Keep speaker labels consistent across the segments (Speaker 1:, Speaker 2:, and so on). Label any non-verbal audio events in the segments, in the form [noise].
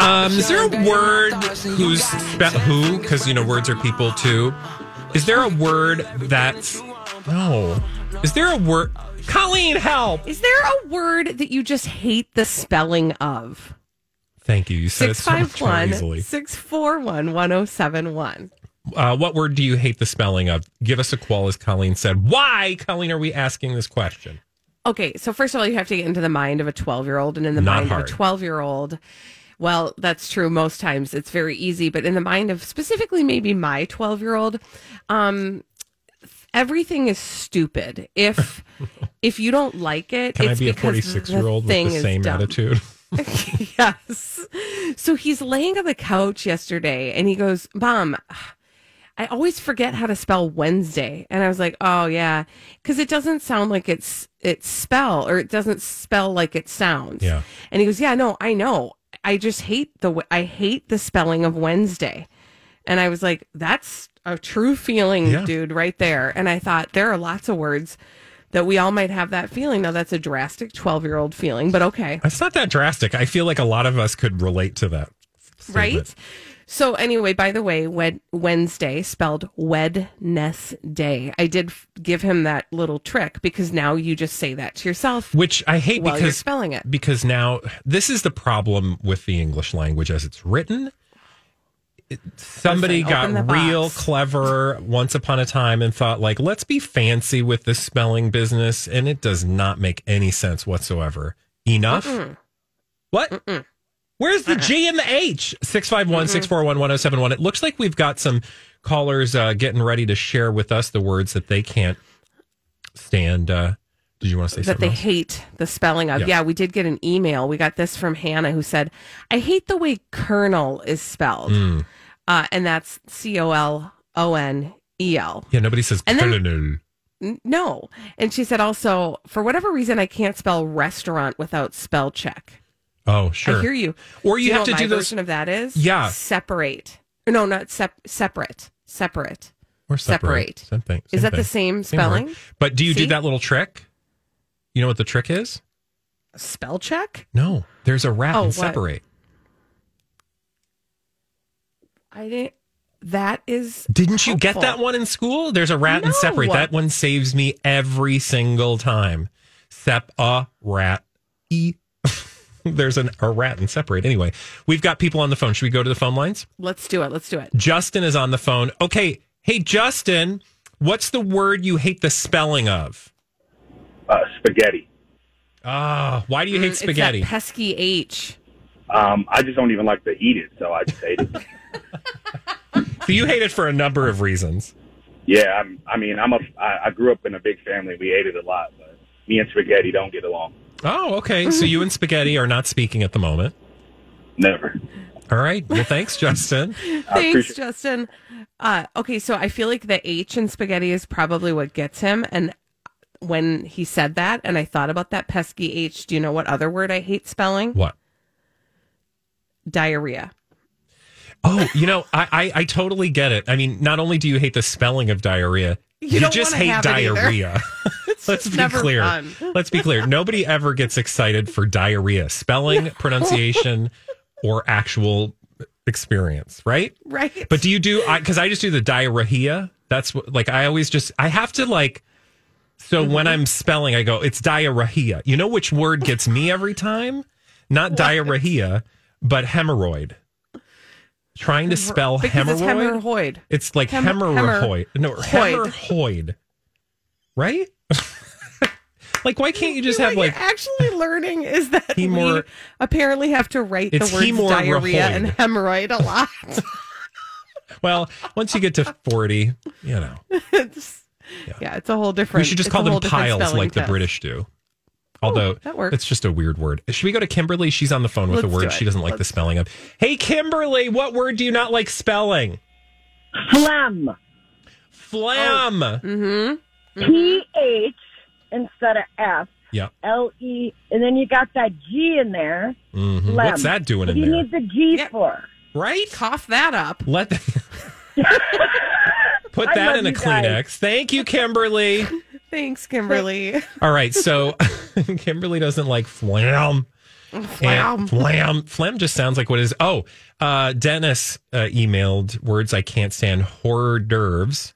Speaker 1: Um, is there a word who's spe- who? Because you know words are people too. Is there a word that's no? Is there a word? Colleen, help!
Speaker 2: Is there a word that you just hate the spelling of?
Speaker 1: Thank you. You said it so much more
Speaker 2: 651
Speaker 1: easily.
Speaker 2: 641 1071.
Speaker 1: Uh, what word do you hate the spelling of? Give us a call, as Colleen said. Why, Colleen, are we asking this question?
Speaker 2: Okay, so first of all, you have to get into the mind of a 12 year old, and in the
Speaker 1: Not
Speaker 2: mind
Speaker 1: hard.
Speaker 2: of a 12 year old, well, that's true most times. It's very easy, but in the mind of specifically maybe my 12 year old, um, everything is stupid. If [laughs] if you don't like it,
Speaker 1: Can
Speaker 2: it's
Speaker 1: I be a
Speaker 2: because the
Speaker 1: 46 year old
Speaker 2: thing
Speaker 1: with the
Speaker 2: is
Speaker 1: same
Speaker 2: dumb.
Speaker 1: attitude? [laughs]
Speaker 2: [laughs] yes. So he's laying on the couch yesterday and he goes, Mom, I always forget how to spell Wednesday. And I was like, Oh yeah. Cause it doesn't sound like it's it's spell or it doesn't spell like it sounds.
Speaker 1: Yeah.
Speaker 2: And he goes, Yeah, no, I know. I just hate the w- I hate the spelling of Wednesday. And I was like, That's a true feeling,
Speaker 1: Yeah.
Speaker 2: dude, right there. And I thought there are lots of words that we all might have that feeling. Now that's a drastic twelve year old feeling, but okay.
Speaker 1: It's not that drastic. I feel like a lot of us could relate to that. statement.
Speaker 2: right? So anyway, by the way, wed- Wednesday spelled Wednesday. I did f- give him that little trick because now you just say that to yourself.
Speaker 1: Which I hate
Speaker 2: While you're
Speaker 1: because
Speaker 2: spelling it.
Speaker 1: Because now this is the problem with the English language as it's written. It- Somebody
Speaker 2: Listen, open
Speaker 1: got
Speaker 2: the
Speaker 1: real
Speaker 2: box.
Speaker 1: clever once upon a time and thought like, let's be fancy with this spelling business, and it does not make any sense whatsoever. Enough. What? Where's
Speaker 2: Uh-uh.
Speaker 1: the G and the H?
Speaker 2: Mm-hmm.
Speaker 1: 651 641 1071. It looks like we've got some callers uh, getting ready to share with us the words that they can't stand. Uh, did you want to say
Speaker 2: That
Speaker 1: something?
Speaker 2: they
Speaker 1: else?
Speaker 2: hate the spelling of.
Speaker 1: Yeah.
Speaker 2: Yeah. we did get an email. We got this from Hannah who said, I hate the way Colonel is spelled.
Speaker 1: Hmm.
Speaker 2: Uh, and that's C O L O N E L.
Speaker 1: Yeah, nobody says
Speaker 2: And then-
Speaker 1: colonel.
Speaker 2: N- No. And she said also, for whatever reason, I can't spell restaurant without spell check.
Speaker 1: Oh, sure.
Speaker 2: I hear you.
Speaker 1: Or you
Speaker 2: know
Speaker 1: have to
Speaker 2: what
Speaker 1: do
Speaker 2: my
Speaker 1: those-
Speaker 2: version of that is
Speaker 1: Yeah.
Speaker 2: separate. No, not sep- separate. Separate.
Speaker 1: Or
Speaker 2: separate.
Speaker 1: Same thing.
Speaker 2: is
Speaker 1: same
Speaker 2: that
Speaker 1: thing.
Speaker 2: the same
Speaker 1: Same word.
Speaker 2: spelling?
Speaker 1: But do you do
Speaker 2: See?
Speaker 1: that little trick? You know what the trick is?
Speaker 2: Spell check?
Speaker 1: No. There's a wrap
Speaker 2: Oh,
Speaker 1: and
Speaker 2: what?
Speaker 1: separate.
Speaker 2: I didn't. That is.
Speaker 1: Didn't you get
Speaker 2: helpful.
Speaker 1: that one in school? There's a rat and
Speaker 2: No.
Speaker 1: separate. That one saves me every single time. Sep a rat e. [laughs] There's an a rat and separate. Anyway, we've got people on the phone. Should we go to the phone lines?
Speaker 2: Let's do it. Let's do it.
Speaker 1: Justin is on the phone. Okay, hey Justin, what's the word you hate the spelling of?
Speaker 3: uh, spaghetti.
Speaker 1: Ah, why do you hate
Speaker 2: Mm, It's
Speaker 1: spaghetti?
Speaker 2: that pesky H.
Speaker 3: Um, I just don't even like to eat it, so I just hate it.
Speaker 1: So you hate it for a number of reasons.
Speaker 3: yeah, I'm, I mean, I'm a. I, I grew up in a big family. We ate it a lot, but me and spaghetti don't get along.
Speaker 1: Oh, okay. So you and Spaghetti are not speaking at the moment.
Speaker 3: Never.
Speaker 1: All right. Well, thanks,
Speaker 2: [laughs]
Speaker 1: Justin.
Speaker 2: Thanks,
Speaker 3: appreciate-
Speaker 2: Justin. Uh, okay, so I feel like the H in spaghetti is probably what gets him. And when he said that, and I thought about that pesky H, do you know what other word I hate spelling?
Speaker 1: What?
Speaker 2: Diarrhea.
Speaker 1: Oh, you know, I, I, I totally get it. I mean, not only do you hate the spelling of diarrhea,
Speaker 2: You don't
Speaker 1: just
Speaker 2: wanna
Speaker 1: hate
Speaker 2: have it either. [laughs]
Speaker 1: diarrhea. [laughs] Let's be
Speaker 2: never
Speaker 1: clear.
Speaker 2: fun.
Speaker 1: Let's be clear. Nobody ever gets excited for diarrhea,
Speaker 2: [laughs]
Speaker 1: spelling, pronunciation, or actual experience, right?
Speaker 2: Right?
Speaker 1: But do you do? I Because I just do the diarrhea. That's what, like I always just I have to like. So
Speaker 2: Mm-hmm.
Speaker 1: when I'm spelling, I go it's diarrhea. You know which word gets me every time? Not diarrhea, but hemorrhoid. Trying to spell
Speaker 2: because
Speaker 1: hemorrhoid.
Speaker 2: it's hemorrhoid.
Speaker 1: It's like
Speaker 2: Hem-
Speaker 1: hemorrhoid. No,
Speaker 2: hemorrhoid.
Speaker 1: hemorrhoid. right? [laughs] like, why can't you just have
Speaker 2: what
Speaker 1: like
Speaker 2: you're actually learning is that we
Speaker 1: Hemor-
Speaker 2: apparently have to write the
Speaker 1: It's
Speaker 2: words
Speaker 1: hemorrhoid.
Speaker 2: diarrhea and hemorrhoid a lot. [laughs]
Speaker 1: Well, once you get to 40, you know,
Speaker 2: it's, yeah. it's a whole different.
Speaker 1: we should just
Speaker 2: it's
Speaker 1: call
Speaker 2: a whole
Speaker 1: them
Speaker 2: different
Speaker 1: piles
Speaker 2: spelling
Speaker 1: like the
Speaker 2: test. Oh,
Speaker 1: British do. Although
Speaker 2: that works.
Speaker 1: it's just a weird word. Should we go to Kimberly? She's on the phone with a
Speaker 2: Let's do
Speaker 1: word
Speaker 2: it.
Speaker 1: she doesn't like the
Speaker 2: Let's-
Speaker 1: spelling of. Hey, Kimberly, what word do you not like spelling?
Speaker 4: Phlegm.
Speaker 1: Phlegm.
Speaker 2: Oh, mm-hmm.
Speaker 4: P H instead of F.
Speaker 1: Yep.
Speaker 4: L E, and then you got that G in there.
Speaker 1: Mhm.
Speaker 4: Phlegm.
Speaker 1: What's that doing
Speaker 4: What do
Speaker 1: in
Speaker 4: you
Speaker 1: there?
Speaker 4: need the G
Speaker 2: Yep.
Speaker 4: for?
Speaker 1: Right?
Speaker 2: Cough that up. [laughs]
Speaker 1: Let [laughs] the- Put
Speaker 4: I
Speaker 1: that
Speaker 4: love
Speaker 1: in a
Speaker 4: you guys.
Speaker 1: Kleenex. Thank you, Kimberly.
Speaker 2: Thanks, Kimberly.
Speaker 1: All right, so [laughs] Kimberly doesn't like phlegm. And
Speaker 2: Phlegm.
Speaker 1: phlegm. Phlegm just sounds like what is. Oh, uh, Dennis uh, emailed words I can't stand hors d'oeuvres,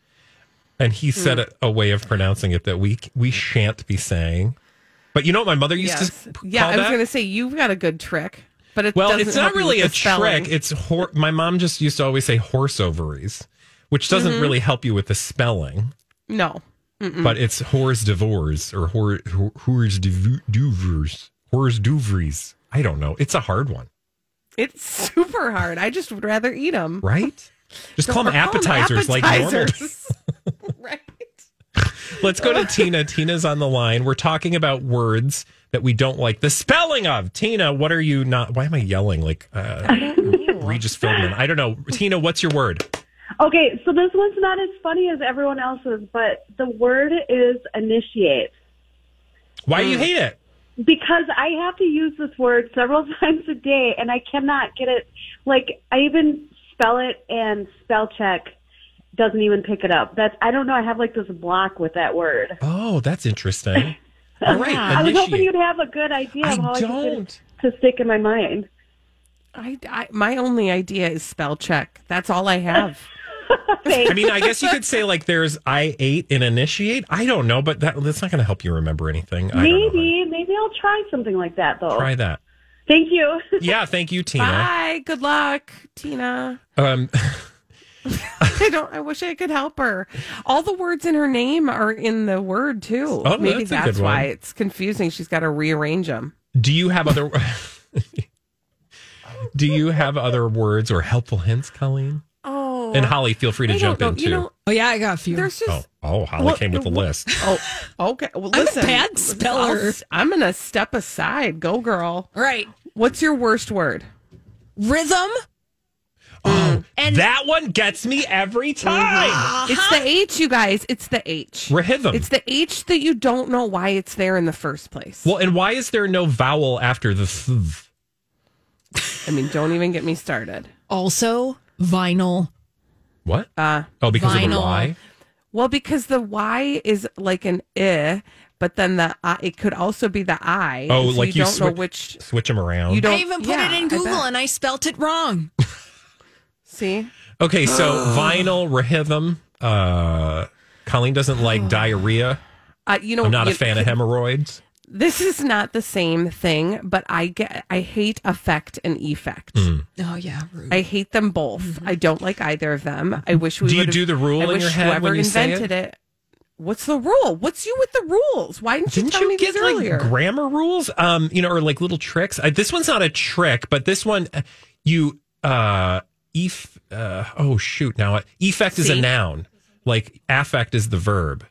Speaker 1: and he
Speaker 2: Hmm.
Speaker 1: said a, a way of pronouncing it that we we shan't be saying. But you know what my mother used
Speaker 2: yes.
Speaker 1: to p-
Speaker 2: Yeah,
Speaker 1: call
Speaker 2: I was
Speaker 1: that?
Speaker 2: going to say you've got a good trick, but it
Speaker 1: Well,
Speaker 2: doesn't
Speaker 1: it's not
Speaker 2: help you
Speaker 1: really
Speaker 2: with
Speaker 1: a
Speaker 2: the spelling.
Speaker 1: trick. It's hor- my mom just used to always say horse ovaries, which doesn't
Speaker 2: Mm-hmm.
Speaker 1: really help you with the spelling,
Speaker 2: no. Mm-mm.
Speaker 1: but it's hors d'oeuvres or hor- hor- hors d'oeuvres. d'oeuvres. Hors d'oeuvres. I don't know. It's a hard one,
Speaker 2: It's super hard. I just would rather eat them.
Speaker 1: right? Just call them appetizers, like normal.
Speaker 2: [laughs] right.
Speaker 1: [laughs] Let's go to Tina. Tina's on the line. We're talking about words that we don't like the spelling of. Tina, what are you not? Why am I yelling like uh, Regis Philbin? I don't know. Tina, what's your word?
Speaker 5: Okay, so this one's not as funny as everyone else's, but the word is initiate.
Speaker 1: Why do you hate it?
Speaker 5: Because I have to use this word several [laughs] times a day and I cannot get it. Like, I even spell it and spell check doesn't even pick it up. That's, I don't know, I have like this block with that word.
Speaker 1: Oh, that's
Speaker 5: [laughs]
Speaker 1: interesting. All right,
Speaker 5: I was hoping
Speaker 1: initiate.
Speaker 5: you'd have a good idea of
Speaker 1: I
Speaker 5: how I could
Speaker 1: don't.
Speaker 5: get it to stick in my mind.
Speaker 2: I, I, my only idea is spell check. That's all I have.
Speaker 1: I mean, I guess you could say like there's I eight and initiate. I don't know, but that that's not going to help you remember anything. I don't know.
Speaker 5: Maybe, maybe I'll try something like that though.
Speaker 1: Try that.
Speaker 5: Thank you.
Speaker 1: Yeah, thank you, Tina.
Speaker 2: Bye. Good luck, Tina.
Speaker 1: Um,
Speaker 2: I don't. I wish I could help her. All the words in her name are in the word too.
Speaker 1: Oh,
Speaker 2: Maybe
Speaker 1: that's a good
Speaker 2: that's,
Speaker 1: one.
Speaker 2: why it's confusing. She's got to rearrange them.
Speaker 1: do you have other? [laughs] do you have other words or helpful hints, Colleen?
Speaker 2: Oh,
Speaker 1: And Holly, feel free to
Speaker 2: I
Speaker 1: jump
Speaker 2: don't know.
Speaker 1: in too.
Speaker 2: You know,
Speaker 6: Oh yeah, I got a few.
Speaker 2: there's just
Speaker 1: oh, oh, Holly
Speaker 2: Well,
Speaker 1: came with the
Speaker 2: well-
Speaker 1: list.
Speaker 2: Oh, okay. Well,
Speaker 6: I'm a
Speaker 2: listen,
Speaker 6: bad
Speaker 2: I'll-
Speaker 6: speller.
Speaker 2: I'm gonna step aside. Go, girl.
Speaker 6: All right,
Speaker 2: What's your worst word?
Speaker 6: rhythm.
Speaker 1: Oh,
Speaker 6: And-
Speaker 1: that one gets me every
Speaker 6: Uh-huh.
Speaker 1: time.
Speaker 2: It's the H, you guys. It's the H.
Speaker 1: Rhythm.
Speaker 2: It's the H that you don't know why it's there in the first place.
Speaker 1: well, and why is there no vowel after the? Th-
Speaker 2: I mean, don't even get me started.
Speaker 6: Also, vinyl.
Speaker 1: what?
Speaker 2: Uh,
Speaker 1: oh, because of the
Speaker 6: vinyl.
Speaker 1: Y.
Speaker 2: well, because the Y is like an I, but then the I, it could also be the I.
Speaker 1: Oh,
Speaker 2: so
Speaker 1: like
Speaker 2: you
Speaker 1: you
Speaker 2: don't know
Speaker 1: switch-
Speaker 2: which.
Speaker 1: Switch them around.
Speaker 2: You don't
Speaker 6: I even put
Speaker 2: yeah,
Speaker 6: it in
Speaker 2: I
Speaker 6: Google
Speaker 2: bet.
Speaker 6: and I spelt it wrong.
Speaker 2: see.
Speaker 1: Okay, so vinyl rhythm. Uh, Colleen doesn't like diarrhea.
Speaker 2: Uh, you know,
Speaker 1: I'm not a
Speaker 2: Oh. you-
Speaker 1: fan of hemorrhoids.
Speaker 2: This is not the same thing, but I get I hate affect and effect.
Speaker 1: Hmm.
Speaker 6: Oh yeah, rude.
Speaker 2: I hate them both. I don't like either of them. I wish we
Speaker 1: Do you
Speaker 2: would've-
Speaker 1: do the rule
Speaker 2: I
Speaker 1: in
Speaker 2: wish
Speaker 1: your head
Speaker 2: whoever
Speaker 1: when you say
Speaker 2: invented it? What's the rule? What's you with the rules? Why didn't, you
Speaker 1: Didn't
Speaker 2: tell me
Speaker 1: you
Speaker 2: this
Speaker 1: get like
Speaker 2: earlier?
Speaker 1: grammar rules? Um, you know, or like little tricks. I, this one's not a trick, but this one, uh, you uh, ef, uh, oh shoot, now I- effect is a
Speaker 2: See?
Speaker 1: noun. Like affect is the verb.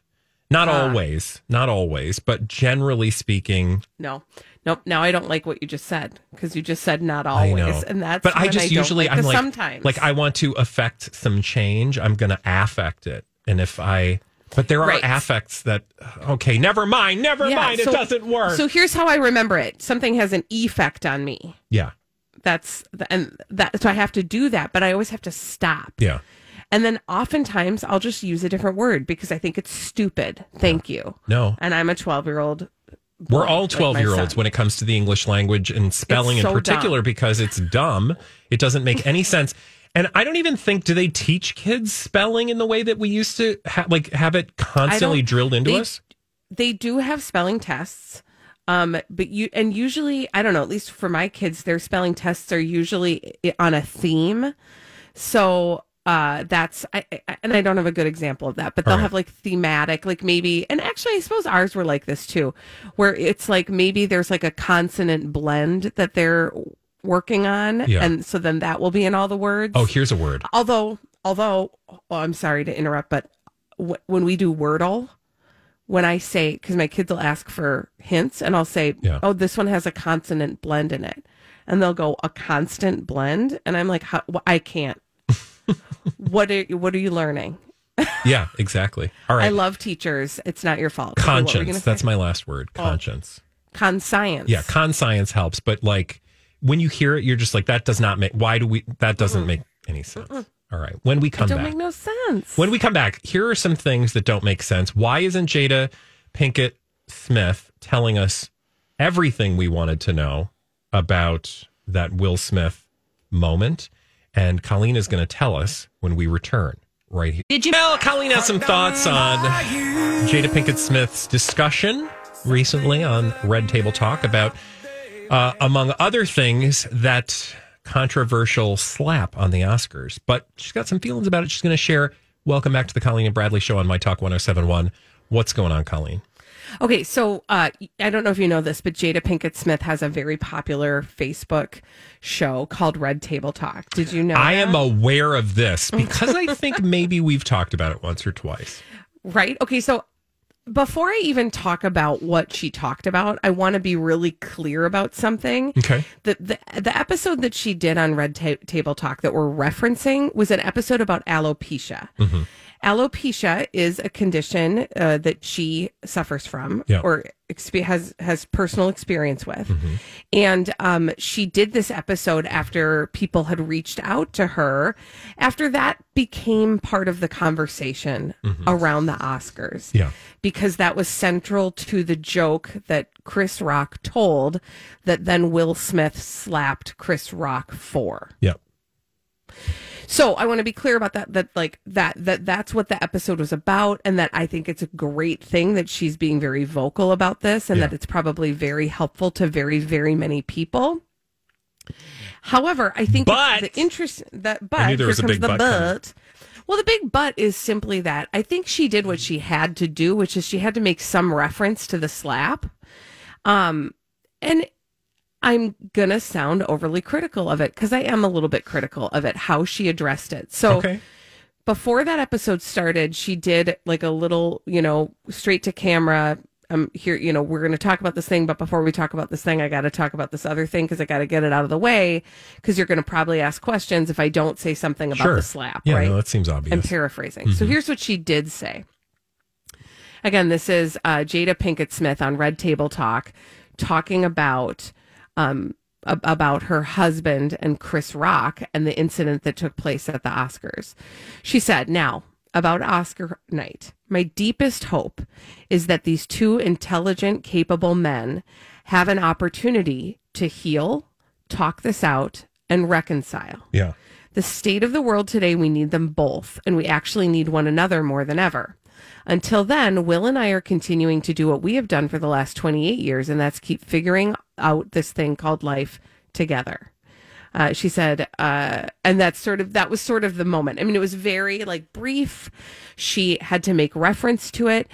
Speaker 1: Not
Speaker 2: Ah.
Speaker 1: always, not always, but generally speaking,
Speaker 2: no, nope. Now I don't like what you just said because you just said not
Speaker 1: I
Speaker 2: always,
Speaker 1: know.
Speaker 2: and that's.
Speaker 1: but I
Speaker 2: when
Speaker 1: just
Speaker 2: don't
Speaker 1: usually
Speaker 2: like
Speaker 1: I'm
Speaker 2: the
Speaker 1: like
Speaker 2: sometimes
Speaker 1: like I want to affect some change. I'm going to affect it, and if I but there are
Speaker 2: Right.
Speaker 1: affects that okay, never mind, never
Speaker 2: Yeah,
Speaker 1: mind.
Speaker 2: so-
Speaker 1: it doesn't work.
Speaker 2: So here's how I remember it. Something has an effect on me.
Speaker 1: yeah,
Speaker 2: That's the, and that so I have to do that, but I always have to stop.
Speaker 1: yeah.
Speaker 2: And then oftentimes I'll just use a different word because I think it's stupid. Thank you.
Speaker 1: No,
Speaker 2: And I'm a 12 year old.
Speaker 1: We're all
Speaker 2: like
Speaker 1: 12 year olds
Speaker 2: myself.
Speaker 1: when it comes to the English language and spelling
Speaker 2: It's
Speaker 1: in
Speaker 2: so
Speaker 1: particular
Speaker 2: dumb.
Speaker 1: because it's dumb. It doesn't make any sense. And I don't even think do they teach kids spelling in the way that we used to ha- like have it constantly drilled into
Speaker 2: they-
Speaker 1: us?
Speaker 2: They do have spelling tests. Um, but you, and usually, I don't know, at least for my kids, their spelling tests are usually i- on a theme. So uh, that's I, I, and I don't have a good example of that, but they'll
Speaker 1: All right.
Speaker 2: have like thematic, like maybe, and actually, I suppose ours were like this too, where it's like maybe there's like a consonant blend that they're working on,
Speaker 1: Yeah.
Speaker 2: and so then that will be in all the words.
Speaker 1: Oh, here's a word.
Speaker 2: although, although, oh, I'm sorry to interrupt, but wh- when we do Wordle, when I say, because my kids will ask for hints, and I'll say,
Speaker 1: Yeah.
Speaker 2: "Oh, this one has a consonant blend in it," and they'll go, "A constant blend," and I'm like, How, wh- "I
Speaker 1: [laughs]
Speaker 2: can't." what are What are you learning?
Speaker 1: Yeah, exactly. All right.
Speaker 2: I love teachers. It's not your fault. Okay, what were you
Speaker 1: conscience.
Speaker 2: gonna
Speaker 1: That's
Speaker 2: say? Oh.
Speaker 1: my last word. Conscience.
Speaker 2: conscience.
Speaker 1: Yeah, conscience helps, but like when you hear it, you're just like, that does not make. Why do we? That doesn't make any sense. All right. When we come
Speaker 2: don't
Speaker 1: back,
Speaker 2: make no sense.
Speaker 1: when we come back, here are some things that don't make sense. Why isn't Jada Pinkett Smith telling us everything we wanted to know about that Will Smith moment? And Colleen is going to tell us when we return right here. Did you know Colleen has some thoughts on Jada Pinkett Smith's discussion recently on Red Table Talk about, uh, among other things, that controversial slap on the Oscars? But she's got some feelings about it. She's going to share. Welcome back to the Colleen and Bradley Show on My Talk 1071. What's going on, Colleen?
Speaker 2: Okay, so uh, I don't know if you know this, but Jada Pinkett Smith has a very popular Facebook show called Red Table Talk. Did you know?
Speaker 1: I
Speaker 2: that?
Speaker 1: am aware of
Speaker 2: [laughs]
Speaker 1: this because I think maybe we've talked about it once or twice.
Speaker 2: Right? Okay, so before I even talk about what she talked about, I want to be really clear about something.
Speaker 1: Okay.
Speaker 2: The, the the episode that she did on Red Ta- Table Talk that we're referencing was an episode about alopecia. Alopecia is a condition uh, that she suffers from
Speaker 1: Yeah.
Speaker 2: or exp- has has personal experience with, and um, she did this episode after people had reached out to her. After that became part of the conversation around the Oscars
Speaker 1: Yeah.
Speaker 2: because that was central to the joke that Chris Rock told that then Will Smith slapped Chris Rock for.
Speaker 1: Yeah.
Speaker 2: So I want to be clear about that that like that that that's what the episode was about and that I think it's a great thing that she's being very vocal about this and
Speaker 1: Yeah.
Speaker 2: that it's probably very helpful to very very many people. However, I think it's
Speaker 1: But-
Speaker 2: the interest that but
Speaker 1: I knew there
Speaker 2: here
Speaker 1: was a
Speaker 2: comes
Speaker 1: big
Speaker 2: the
Speaker 1: but coming.
Speaker 2: but. Well, the big but is simply that I think she did what she had to do, which is she had to make some reference to the slap. Um, and I'm going to sound overly critical of it because I am a little bit critical of it, how she addressed it. So
Speaker 1: Okay.
Speaker 2: before that episode started, she did like a little, you know, straight to camera. Um, here, you know, we're going to talk about this thing, but before we talk about this thing, I got to talk about this other thing because I got to get it out of the way because you're going to probably ask questions if I don't say something about
Speaker 1: Sure.
Speaker 2: the slap,
Speaker 1: Yeah,
Speaker 2: right?
Speaker 1: no, that seems obvious.
Speaker 2: I'm paraphrasing. So here's what she did say. Again, this is uh, Jada Pinkett Smith on Red Table Talk talking about um, ab- about her husband and Chris Rock and the incident that took place at the Oscars. She said, "Now about Oscar night, my deepest hope is that these two intelligent, capable men have an opportunity to heal, talk this out, and reconcile."
Speaker 1: yeah.
Speaker 2: The state of the world today, we need them both, and we actually need one another more than ever. Until then, Will and I are continuing to do what we have done for the last 28 years, and that's keep figuring out this thing called life together. Uh, she said, uh, and that's sort of that was sort of the moment. I mean, it was very like brief. She had to make reference to it,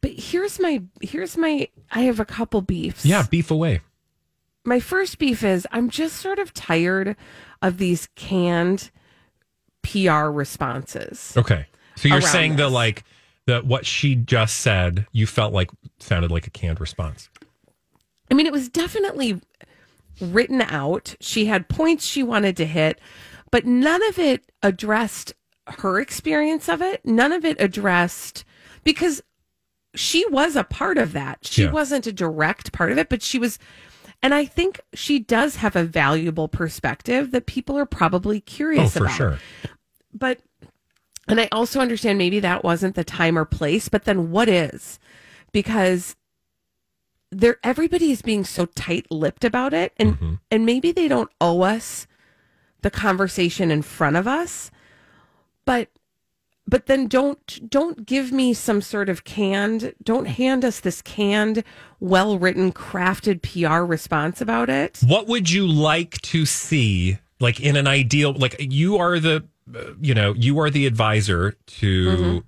Speaker 2: but here's my here's my I have a couple beefs
Speaker 1: Yeah. Beef away.
Speaker 2: my first beef is I'm just sort of tired of these canned PR responses.
Speaker 1: Okay. So you're
Speaker 2: around
Speaker 1: saying the
Speaker 2: this.
Speaker 1: like the what she just said, you felt like sounded like a canned response.
Speaker 2: I mean, it was definitely written out. She had points she wanted to hit, but none of it addressed her experience of it. None of it addressed because she was a part of that. She
Speaker 1: Yeah.
Speaker 2: wasn't a direct part of it, but she was. And I think she does have a valuable perspective that people are probably
Speaker 1: Oh,
Speaker 2: curious
Speaker 1: for
Speaker 2: about.
Speaker 1: sure.
Speaker 2: but and I also understand maybe that wasn't the time or place, but then what is? Because there everybody is being so tight-lipped about it and and maybe they don't owe us the conversation in front of us, but but then don't don't give me some sort of canned don't hand us this canned well-written crafted PR response about it.
Speaker 1: What would you like to see, like in an ideal, like you are the uh, you know, you are the advisor to.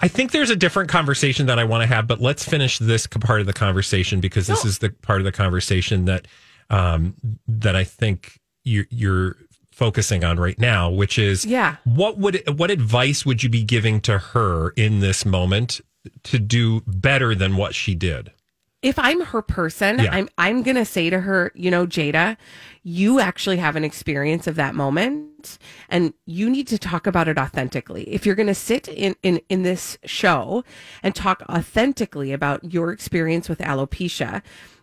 Speaker 1: I think there's a different conversation that I want to have, but let's finish this co- part of the conversation because this is the part of the conversation that um, that I think you're, you're focusing on right now, which is
Speaker 2: Yeah.
Speaker 1: What would what advice would you be giving to her in this moment to do better than what she did?
Speaker 2: if I'm her person,
Speaker 1: Yeah.
Speaker 2: I'm I'm gonna say to her, you know, Jada, you actually have an experience of that moment, and you need to talk about it authentically. If you're gonna sit in in in this show and talk authentically about your experience with alopecia,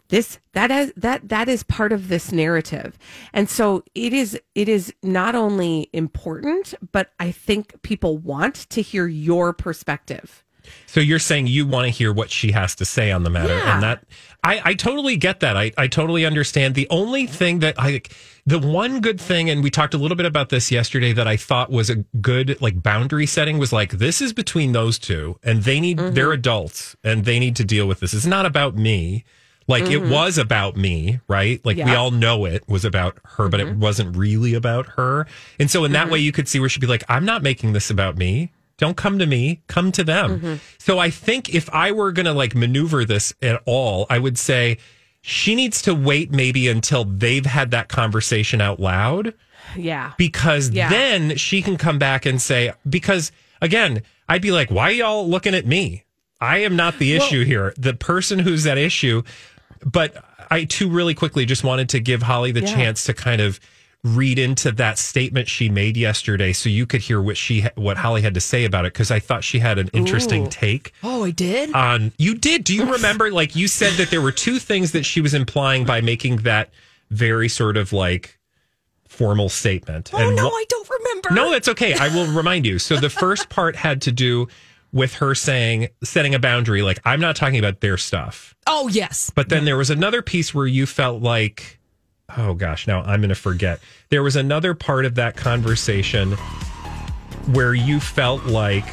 Speaker 2: this that is that that is part of this narrative, and so it is it is not only important, but I think people want to hear your perspective.
Speaker 1: So you're saying you want to hear what she has to say on the matter,
Speaker 2: Yeah.
Speaker 1: and that I, I totally get that. I, I totally understand. The only thing that I, the one good thing, and we talked a little bit about this yesterday, that I thought was a good like boundary setting was like this is between those two, and they need they're adults, and they need to deal with this. It's not about me. Like it was about me, right? Like we
Speaker 2: Yeah.
Speaker 1: all know it was about her, but it wasn't really about her. And so in that way, you could see where she'd be like, I'm not making this about me. Don't come to me, come to them. So I think if I were going to like maneuver this at all, I would say she needs to wait maybe until they've had that conversation out loud
Speaker 2: Yeah.
Speaker 1: because
Speaker 2: Yeah.
Speaker 1: then she can come back and say because again i'd be like why y'all looking at me i am not the issue here the person who's that issue but i too really quickly just wanted to give holly the
Speaker 2: Yeah.
Speaker 1: chance to kind of read into that statement she made yesterday so you could hear what she what holly had to say about it because i thought she had an interesting
Speaker 2: Ooh.
Speaker 1: take
Speaker 6: Oh, I did?
Speaker 1: on you did do you remember like you said that there were two things that she
Speaker 2: [laughs]
Speaker 1: was implying by making that very sort of like formal statement
Speaker 6: oh, no,
Speaker 1: wha-
Speaker 6: I don't remember.
Speaker 1: no, that's okay. I will remind you. So the first part had to do with her saying setting a boundary like I'm not talking about their stuff.
Speaker 6: Oh, yes.
Speaker 1: But then there was another piece where you felt like oh gosh, now I'm going to forget. There was another part of that conversation where you felt like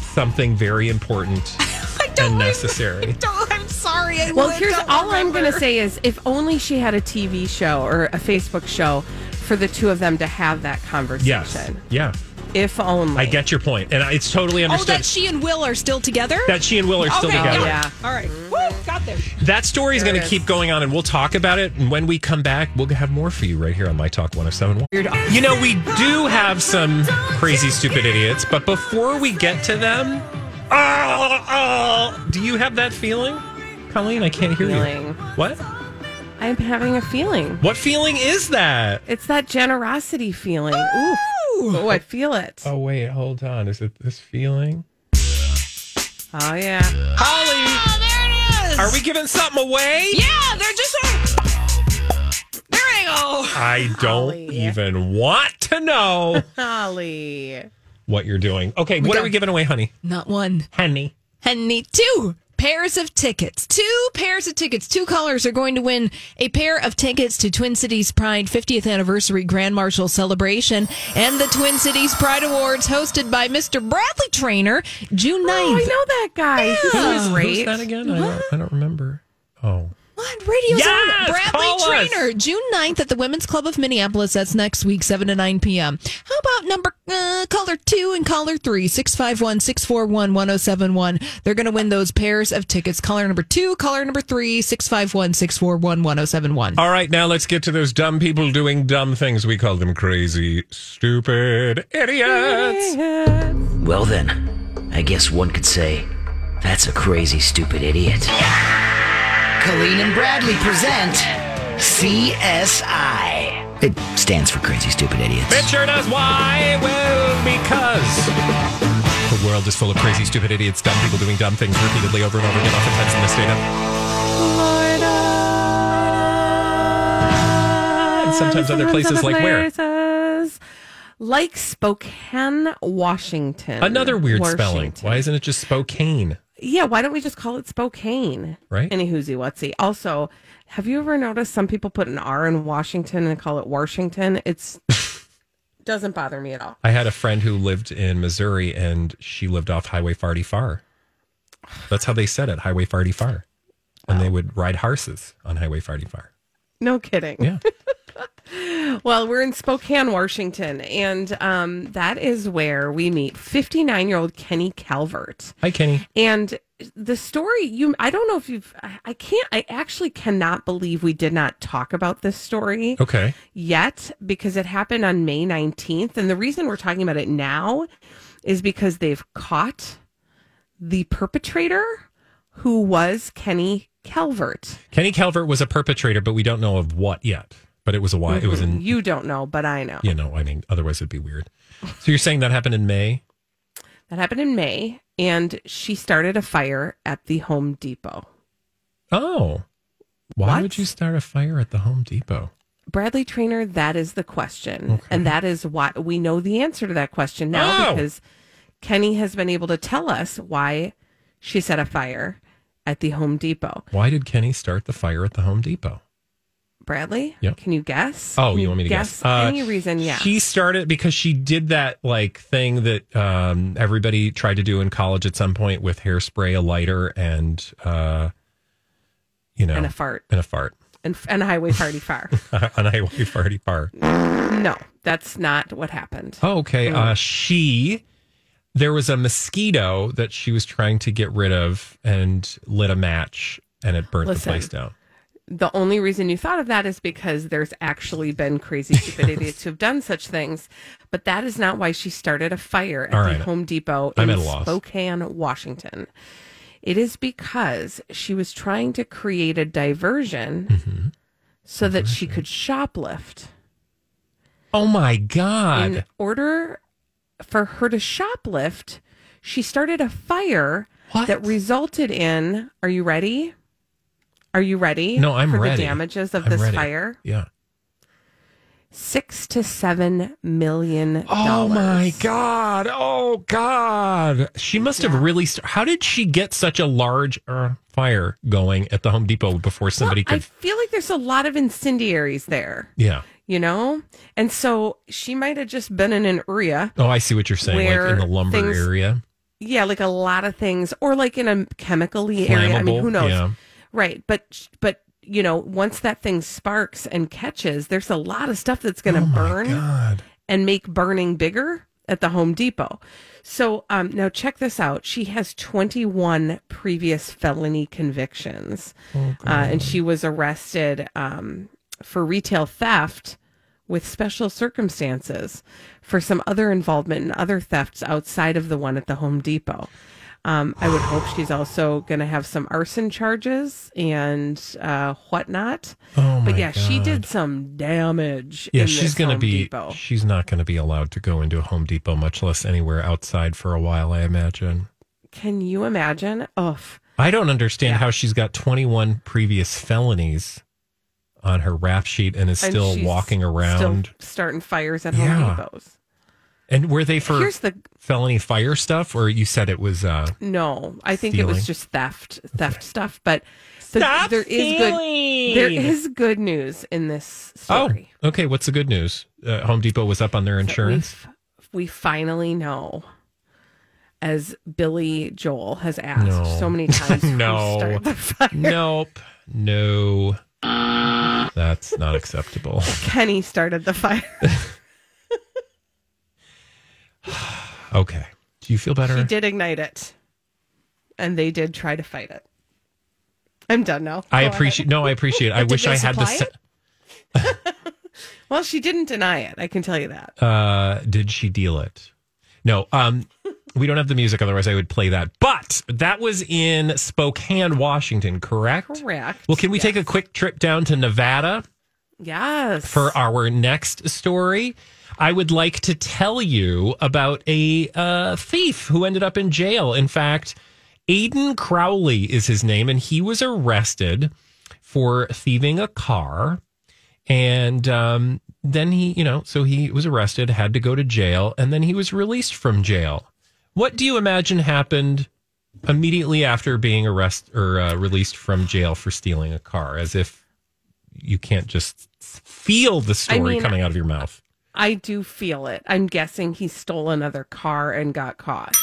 Speaker 1: something very
Speaker 6: [laughs]
Speaker 1: important
Speaker 6: I don't
Speaker 1: and
Speaker 6: remember.
Speaker 1: necessary.
Speaker 6: [laughs] I don't- I'm sorry. I
Speaker 2: Well,
Speaker 6: really
Speaker 2: here's
Speaker 6: don't
Speaker 2: all I'm going to
Speaker 6: remember.
Speaker 2: say is if only she had a TV show or a Facebook show for the two of them to have that conversation.
Speaker 1: Yes. Yeah.
Speaker 2: If only.
Speaker 1: I get your point and I- it's totally
Speaker 6: Oh,
Speaker 1: understood.
Speaker 6: that she and Will are still together?
Speaker 1: that she and Will are still
Speaker 6: okay,
Speaker 1: together.
Speaker 2: Yeah.
Speaker 6: Yeah. All right. Woo, got there.
Speaker 1: That story is
Speaker 2: There
Speaker 1: going
Speaker 2: it
Speaker 1: to
Speaker 2: is.
Speaker 1: keep going on, and we'll talk about it. And when we come back, we'll have more for you right here on My Talk 1071. You know, we do have some crazy, stupid idiots, but before we get to them, oh, oh, do you have that feeling? Colleen, I can't hear you.
Speaker 2: Feeling.
Speaker 1: What?
Speaker 2: I'm having a feeling.
Speaker 1: What feeling is that?
Speaker 2: It's that generosity feeling. Ooh. Oh, I feel it. Oh,
Speaker 1: Oh, wait, hold on. Is it this feeling?
Speaker 2: Oh, yeah.
Speaker 1: Holly,
Speaker 6: Oh, there it is.
Speaker 1: are we giving something away?
Speaker 6: Yeah, they're just like. There I go.
Speaker 1: I don't even want to
Speaker 2: [laughs]
Speaker 1: know
Speaker 2: Holly.
Speaker 1: what you're doing. Okay, what are
Speaker 6: got-
Speaker 1: we giving away, honey?
Speaker 6: Not one.
Speaker 1: Honey.
Speaker 6: Honey, two pairs of tickets. Two pairs of tickets. Two callers are going to win a pair of tickets to Twin Cities Pride 50th Anniversary Grand Marshal Celebration and the Twin Cities Pride Awards hosted by Mr. Bradley Trainer, June 9th.
Speaker 2: Oh, I know that guy. He's
Speaker 6: Yeah.
Speaker 2: so
Speaker 1: Who's
Speaker 2: great.
Speaker 1: that again? I don't, I don't remember. Oh.
Speaker 6: What? Radio's
Speaker 1: Yes,
Speaker 6: on
Speaker 1: call
Speaker 6: Bradley
Speaker 1: us.
Speaker 6: Trainer, June 9th at the Women's Club of Minneapolis. That's next week, 7 to 9 p.m. How about number uh, caller 2 and caller 3, 651 641 1071? They're going to win those pairs of tickets. Caller number 2, caller number 3, 651 641 1071.
Speaker 1: All right, now let's get to those dumb people doing dumb things. We call them crazy, stupid idiots.
Speaker 7: Well, then, I guess one could say that's a crazy, stupid idiot. Colleen and Bradley present CSI. It stands for Crazy, Stupid Idiots.
Speaker 1: It sure does. Why? Well, because the world is full of crazy, stupid idiots, dumb people doing dumb things repeatedly over and over again, oftentimes in this data.
Speaker 2: And
Speaker 1: sometimes other places, like where?
Speaker 2: places. Like Spokane, Washington.
Speaker 1: Another weird spelling.
Speaker 2: Washington.
Speaker 1: Why isn't it just Spokane?
Speaker 2: Yeah, why don't we just call it Spokane?
Speaker 1: Right.
Speaker 2: Any whoozy whatsy. Also, have you ever noticed some people put an R in Washington and call it Washington? It's doesn't bother me at all.
Speaker 1: I had a friend who lived in Missouri and she lived off Highway Farty Far. That's how they said it, Highway Farty Far. And they would ride horses on Highway Farty Far.
Speaker 2: No kidding.
Speaker 1: Yeah.
Speaker 2: Well, we're in Spokane, Washington, and um, that is where we meet 59 year old Kenny Calvert.
Speaker 1: Hi, Kenny.
Speaker 2: And the story you I don't know if you've I I can't I actually cannot believe we did not talk about this story
Speaker 1: Okay.
Speaker 2: yet because it happened on May 19th and the reason we're talking about it now is because they've caught the perpetrator who was Kenny Calvert.
Speaker 1: Kenny Calvert was a perpetrator, but we don't know of what yet. But it was a while. Uh, It was in,
Speaker 2: You don't know, but I know.
Speaker 1: you know, I mean, otherwise it'd be weird. So you're saying that happened in May?
Speaker 2: That happened in May and she started a fire at the Home Depot.
Speaker 1: Oh. Why
Speaker 2: What?
Speaker 1: would you start a fire at the Home Depot?
Speaker 2: Bradley Trainer, that is the question. And that is why we know the answer to that question now
Speaker 1: Oh.
Speaker 2: because Kenny has been able to tell us why she set a fire at the Home Depot.
Speaker 1: Why did Kenny start the fire at the Home Depot?
Speaker 2: Bradley,
Speaker 1: Yeah.
Speaker 2: can you guess?
Speaker 1: Oh,
Speaker 2: Can
Speaker 1: you want me to guess? Uh,
Speaker 2: any reason, yeah.
Speaker 1: She started because she did that like thing that um, everybody tried to do in college at some point with hairspray, a lighter, and uh, you know,
Speaker 2: and a fart.
Speaker 1: and a fart [laughs]
Speaker 2: And, and a highway party fire.
Speaker 1: on a [laughs] highway party bar.
Speaker 2: no, that's not what happened.
Speaker 1: Oh, okay.
Speaker 2: Mm.
Speaker 1: Uh, she, there was a mosquito that she was trying to get rid of and lit a match and it burnt
Speaker 2: Listen.
Speaker 1: the place down.
Speaker 2: the only reason you thought of that is because there's actually
Speaker 1: [laughs]
Speaker 2: been crazy stupid idiots who have done such things, but that is not why she started a fire at
Speaker 1: All
Speaker 2: the
Speaker 1: right.
Speaker 2: Home Depot
Speaker 1: I'm
Speaker 2: in
Speaker 1: at a loss.
Speaker 2: Spokane, Washington. It is because she was trying to create a diversion
Speaker 1: Mm-hmm.
Speaker 2: so that she could shoplift.
Speaker 1: Oh my God.
Speaker 2: In order for her to shoplift, she started a fire
Speaker 1: What?
Speaker 2: that resulted in. Are you ready? Are you ready?
Speaker 1: no, I'm
Speaker 2: for
Speaker 1: ready.
Speaker 2: The damages of
Speaker 1: I'm
Speaker 2: this
Speaker 1: ready.
Speaker 2: fire
Speaker 1: Yeah.
Speaker 2: six to seven million.
Speaker 1: Oh my
Speaker 2: dollars.
Speaker 1: God. Oh God. She must have really. St- How did she get such a large uh, fire going at the Home Depot before
Speaker 2: Well,
Speaker 1: somebody
Speaker 2: I
Speaker 1: could?
Speaker 2: feel like there's a lot of incendiaries there,
Speaker 1: yeah.
Speaker 2: you know, and so she might have just been in an area,
Speaker 1: Oh, I see what you're saying. Like in
Speaker 2: Where
Speaker 1: the lumber
Speaker 2: things-
Speaker 1: area.
Speaker 2: yeah, like a lot of things, or like in a chemically area. I mean, who
Speaker 1: Flammable,
Speaker 2: knows,
Speaker 1: yeah.
Speaker 2: right? But but you know, once that thing sparks and catches, there's a lot of stuff that's going to burn.
Speaker 1: God.
Speaker 2: and make burning bigger at the Home Depot. So um, now check this out. She has 21 previous felony convictions,
Speaker 1: Oh,
Speaker 2: uh, and she was arrested um, for retail theft with special circumstances for some other involvement in other thefts outside of the one at the Home Depot. Um, I would hope she's also going to have some arson charges and uh, whatnot.
Speaker 1: Oh my
Speaker 2: but yeah, she
Speaker 1: God.
Speaker 2: did some damage.
Speaker 1: Yeah,
Speaker 2: in
Speaker 1: she's
Speaker 2: this
Speaker 1: going to
Speaker 2: Home
Speaker 1: be.
Speaker 2: Depot.
Speaker 1: She's not going to be allowed to go into a Home Depot, much less anywhere outside for a while. I imagine.
Speaker 2: Can you imagine? Oh,
Speaker 1: I don't understand how she's got 21 previous felonies on her rap sheet and is still walking around.
Speaker 2: starting fires at
Speaker 1: Yeah.
Speaker 2: Home Depots.
Speaker 1: And were they for
Speaker 2: Here's the
Speaker 1: felony fire stuff, or you said it was? uh
Speaker 2: no. I think it
Speaker 1: Stealing.
Speaker 2: was just theft, theft stuff. But the, there is good. There is good news in this story.
Speaker 1: Oh, okay. What's the good news? Uh, Home Depot was up on their
Speaker 2: that we
Speaker 1: insurance.
Speaker 2: f- We, finally know, as Billy Joel has asked
Speaker 1: No. [laughs]
Speaker 2: so many times. who
Speaker 1: No.
Speaker 2: started the fire. [laughs]
Speaker 1: Nope. No. That's not acceptable.
Speaker 2: Kenny started the fire.
Speaker 1: Uh-huh. Okay. Do you feel better?
Speaker 2: He did ignite it, and they did try to fight it. I'm done now.
Speaker 1: I
Speaker 2: Go ahead.
Speaker 1: appreciate. No, I appreciate. it. I
Speaker 6: Did
Speaker 1: wish
Speaker 6: they
Speaker 1: I had the.
Speaker 6: supply
Speaker 1: se-
Speaker 2: Well, she didn't deny it. I can tell you that.
Speaker 1: Uh, did she deal it? No. Um, we don't have the music. Otherwise, I would play that. But that was in Spokane, Washington. Correct.
Speaker 2: Correct.
Speaker 1: Well, can we take a quick trip down to Nevada?
Speaker 2: Yes.
Speaker 1: for our next story, I would like to tell you about a uh, thief who ended up in jail. In fact, Aiden Crowley is his name, and he was arrested for thieving a car. And um, then he, you know, so he was arrested, had to go to jail, and then he was released from jail. What do you imagine happened immediately after being arrested or uh, released from jail for stealing a car? As if you can't just feel the story
Speaker 2: I mean,
Speaker 1: coming out of your mouth.
Speaker 2: I do feel it. I'm guessing he stole another car and got caught.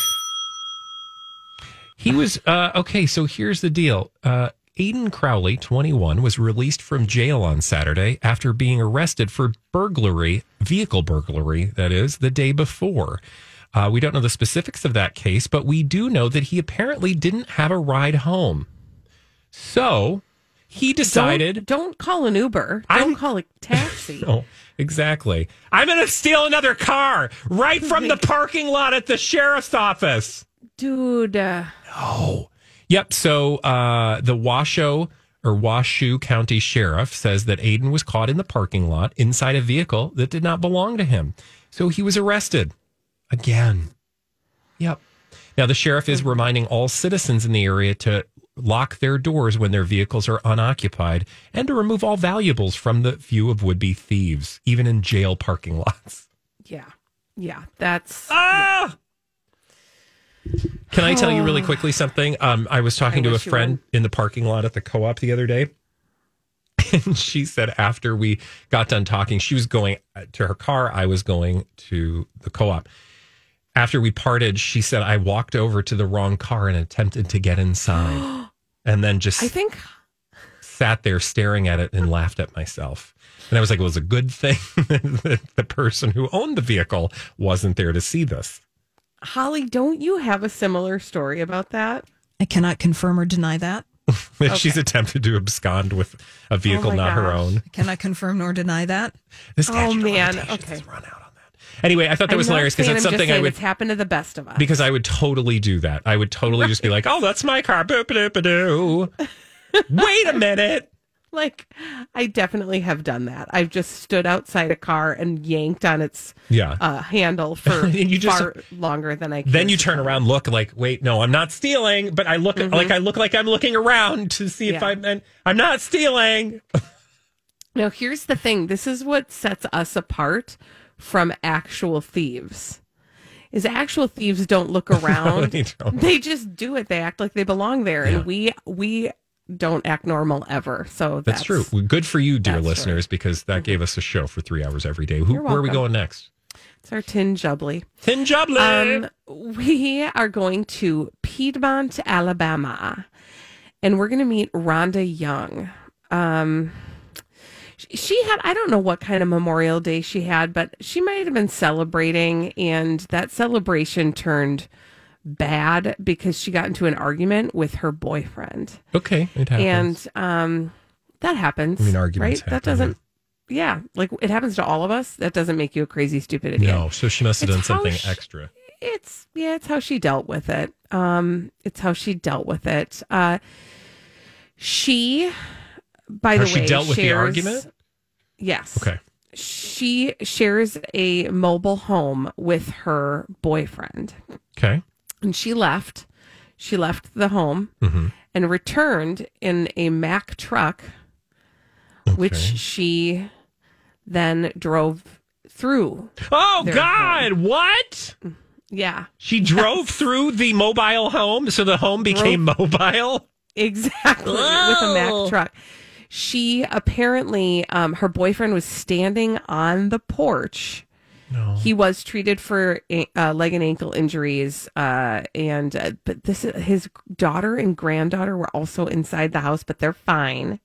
Speaker 1: He was uh, okay. So here's the deal. Uh, Aiden Crowley, 21, was released from jail on Saturday after being arrested for burglary, vehicle burglary, that is, the day before. Uh, we don't know the specifics of that case, but we do know that he apparently didn't have a ride home. So he decided.
Speaker 2: [laughs] Don't, don't call an Uber. Don't
Speaker 1: I'm-
Speaker 2: call a
Speaker 1: [laughs]
Speaker 2: taxi.
Speaker 1: Oh, exactly. I'm going to steal another car right from the parking lot at the sheriff's office.
Speaker 2: Dude, uh,
Speaker 1: Yep. So uh, the Washoe or Washoe County Sheriff says that Aiden was caught in the parking lot inside a vehicle that did not belong to him. So he was arrested again. Yep. Now, the sheriff is reminding all citizens in the area to lock their doors when their vehicles are unoccupied and to remove all valuables from the view of would be thieves, even in jail parking [laughs] lots.
Speaker 2: yeah. Yeah, that's
Speaker 1: Ah! Can I tell you
Speaker 2: [sighs]
Speaker 1: really quickly something? Um, I was talking
Speaker 2: I
Speaker 1: to a
Speaker 2: wish you
Speaker 1: friend in the parking lot at the co op the other day. [laughs] And she said, after we got done talking, she was going uh, to her car. I was going to the co op. After we parted, she said, I walked over to the wrong car and attempted to get
Speaker 2: [gasps]
Speaker 1: inside and then just
Speaker 2: I think
Speaker 1: sat there staring at it and laughed at myself. And I was like, it was a good thing [laughs] that the person who owned the vehicle wasn't there to see this.
Speaker 2: Holly, don't you have a similar story about that?
Speaker 6: I cannot confirm or deny that.
Speaker 1: That She's attempted to abscond with a vehicle
Speaker 2: my
Speaker 1: not her
Speaker 2: gosh. Oh,
Speaker 1: own.
Speaker 6: I cannot confirm nor deny that.
Speaker 1: The statute of
Speaker 2: man.
Speaker 1: limitations
Speaker 2: Okay.
Speaker 1: has run out on that. Anyway, I thought that
Speaker 2: I'm
Speaker 1: was
Speaker 2: not
Speaker 1: hilarious because
Speaker 2: saying-
Speaker 1: that's
Speaker 2: I'm just
Speaker 1: something I
Speaker 2: saying
Speaker 1: would
Speaker 2: It's happened to the best of us.
Speaker 1: because I would totally do that. I would totally just be like, "Oh, that's my car." Boop a doo. Wait a minute.
Speaker 2: like, I definitely have done that. I've just stood outside a car and yanked on its
Speaker 1: Yeah.
Speaker 2: uh, handle for
Speaker 1: [laughs] You just-
Speaker 2: far longer than I. Can
Speaker 1: then you turn around, look like, "Wait, no, I'm not stealing." But I look like I look like I'm looking around to see if
Speaker 2: Mm-hmm. Yeah.
Speaker 1: I'm. And I'm not stealing.
Speaker 2: Now, here's the thing this is what sets us apart from actual thieves. Is actual thieves don't
Speaker 1: [laughs]
Speaker 2: look around.
Speaker 1: They don't.
Speaker 2: They just do it. They act like they belong there, and we we don't act normal ever. So
Speaker 1: That's,
Speaker 2: that's,
Speaker 1: true. Well, good for you, dear
Speaker 2: that's right.
Speaker 1: listeners, because that gave us a show for three hours every day. Who,
Speaker 2: You're
Speaker 1: where are we
Speaker 2: welcome.
Speaker 1: going next?
Speaker 2: It's our tin jubbly.
Speaker 1: Tin Jublin.
Speaker 2: Um,
Speaker 1: [laughs]
Speaker 2: we are going to Piedmont, Alabama, and we're going to meet Rhonda Young. Um, sh- she had, I don't know what kind of Memorial Day she had, but she might have been celebrating, and that celebration turned bad because she got into an argument with her boyfriend.
Speaker 1: okay, it happens.
Speaker 2: And um, that happens.
Speaker 1: I mean, arguments
Speaker 2: right?
Speaker 1: happen,
Speaker 2: That doesn't, yeah, like it happens to all of us. That doesn't make you a crazy, stupid idiot
Speaker 1: No, so she must have
Speaker 2: It's
Speaker 1: done
Speaker 2: how
Speaker 1: something
Speaker 2: she-
Speaker 1: extra.
Speaker 2: it's yeah, it's how she dealt with it. Um, it's how she dealt with it. Uh, she, by
Speaker 1: How
Speaker 2: the
Speaker 1: she
Speaker 2: way,
Speaker 1: dealt with the
Speaker 2: shares-
Speaker 1: argument?
Speaker 2: Yes.
Speaker 1: Okay.
Speaker 2: She shares a mobile home with her boyfriend,
Speaker 1: Okay.
Speaker 2: and she left. She left the home
Speaker 1: Mm-hmm.
Speaker 2: and returned in a Mack truck, which
Speaker 1: Okay.
Speaker 2: she then drove through.
Speaker 1: Oh
Speaker 2: Their
Speaker 1: God! What?
Speaker 2: Yeah.
Speaker 1: She drove through the mobile home, so the home became mobile.
Speaker 2: Exactly, with a Mack truck. She apparently, um, her boyfriend was standing on the porch.
Speaker 1: No.
Speaker 2: He was treated for uh, leg and ankle injuries, uh, and uh, but this his daughter and granddaughter were also inside the house, but they're fine.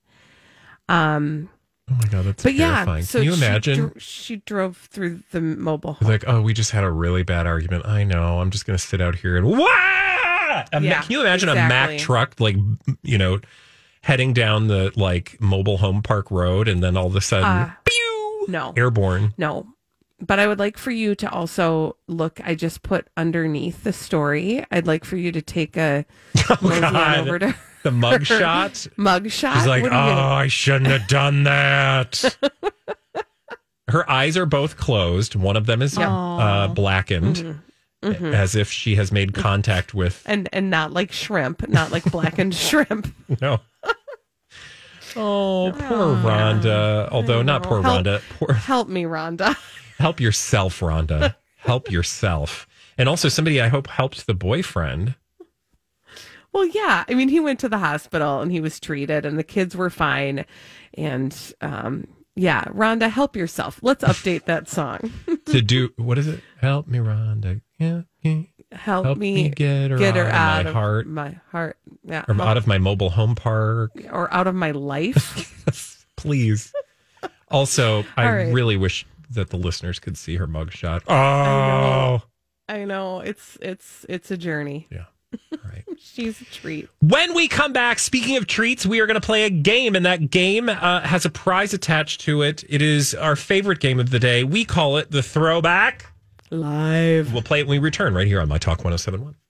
Speaker 2: Um,
Speaker 1: Oh my God, that's
Speaker 2: but
Speaker 1: terrifying.
Speaker 2: yeah, so
Speaker 1: Can you
Speaker 2: she
Speaker 1: imagine?
Speaker 2: dro- she drove through the mobile home.
Speaker 1: like, oh, we just had a really bad argument. I know. I'm just gonna sit out here and Wah! A Ma-
Speaker 2: Yeah,
Speaker 1: Can you imagine a Mack
Speaker 2: exactly.
Speaker 1: truck like you know heading down the like mobile home park road, and then all of a sudden,
Speaker 2: Uh,
Speaker 1: pew,
Speaker 2: no.
Speaker 1: airborne.
Speaker 2: No. But I would like for you to also look. I just put underneath the story. I'd like for you to take a
Speaker 1: [laughs] Oh
Speaker 2: mosey on
Speaker 1: God!
Speaker 2: over to [laughs]
Speaker 1: the mug shot.
Speaker 2: mug shot.
Speaker 1: She's like, oh,
Speaker 2: What are you gonna-
Speaker 1: I shouldn't have done that. [laughs] Her eyes are both closed. One of them is uh, blackened, Mm-hmm. as if she has made contact [laughs] with.
Speaker 2: and and not like shrimp, not like
Speaker 1: [laughs]
Speaker 2: blackened shrimp.
Speaker 1: No. Oh, poor Rhonda. Although not poor
Speaker 2: Help.
Speaker 1: Rhonda. Poor,
Speaker 2: Help me, Rhonda. [laughs]
Speaker 1: help yourself, [laughs] Rhonda. help yourself. And also, somebody I hope helped the boyfriend.
Speaker 2: Well, yeah. I mean, he went to the hospital and he was treated, and the kids were fine. And um, yeah, Rhonda, help yourself. Let's update that song. [laughs]
Speaker 1: to do what is it? Help me, Rhonda. Yeah, yeah,
Speaker 2: help,
Speaker 1: Help me get her out of my heart.
Speaker 2: my heart, yeah,
Speaker 1: I'm
Speaker 2: help-
Speaker 1: out of my mobile home park.
Speaker 2: or out of my life. [laughs]
Speaker 1: [laughs] Please. Also, I
Speaker 2: All right.
Speaker 1: really wish that the listeners could see her mugshot. Oh,
Speaker 2: I know it's it's it's a journey.
Speaker 1: yeah.
Speaker 2: [laughs]
Speaker 1: Right.
Speaker 2: She's a treat.
Speaker 1: When we come back, speaking of treats, we are going to play a game, and that game uh, has a prize attached to it. It is our favorite game of the day. We call it the throwback.
Speaker 2: Live.
Speaker 1: We'll play it when we return right here on My Talk 1071.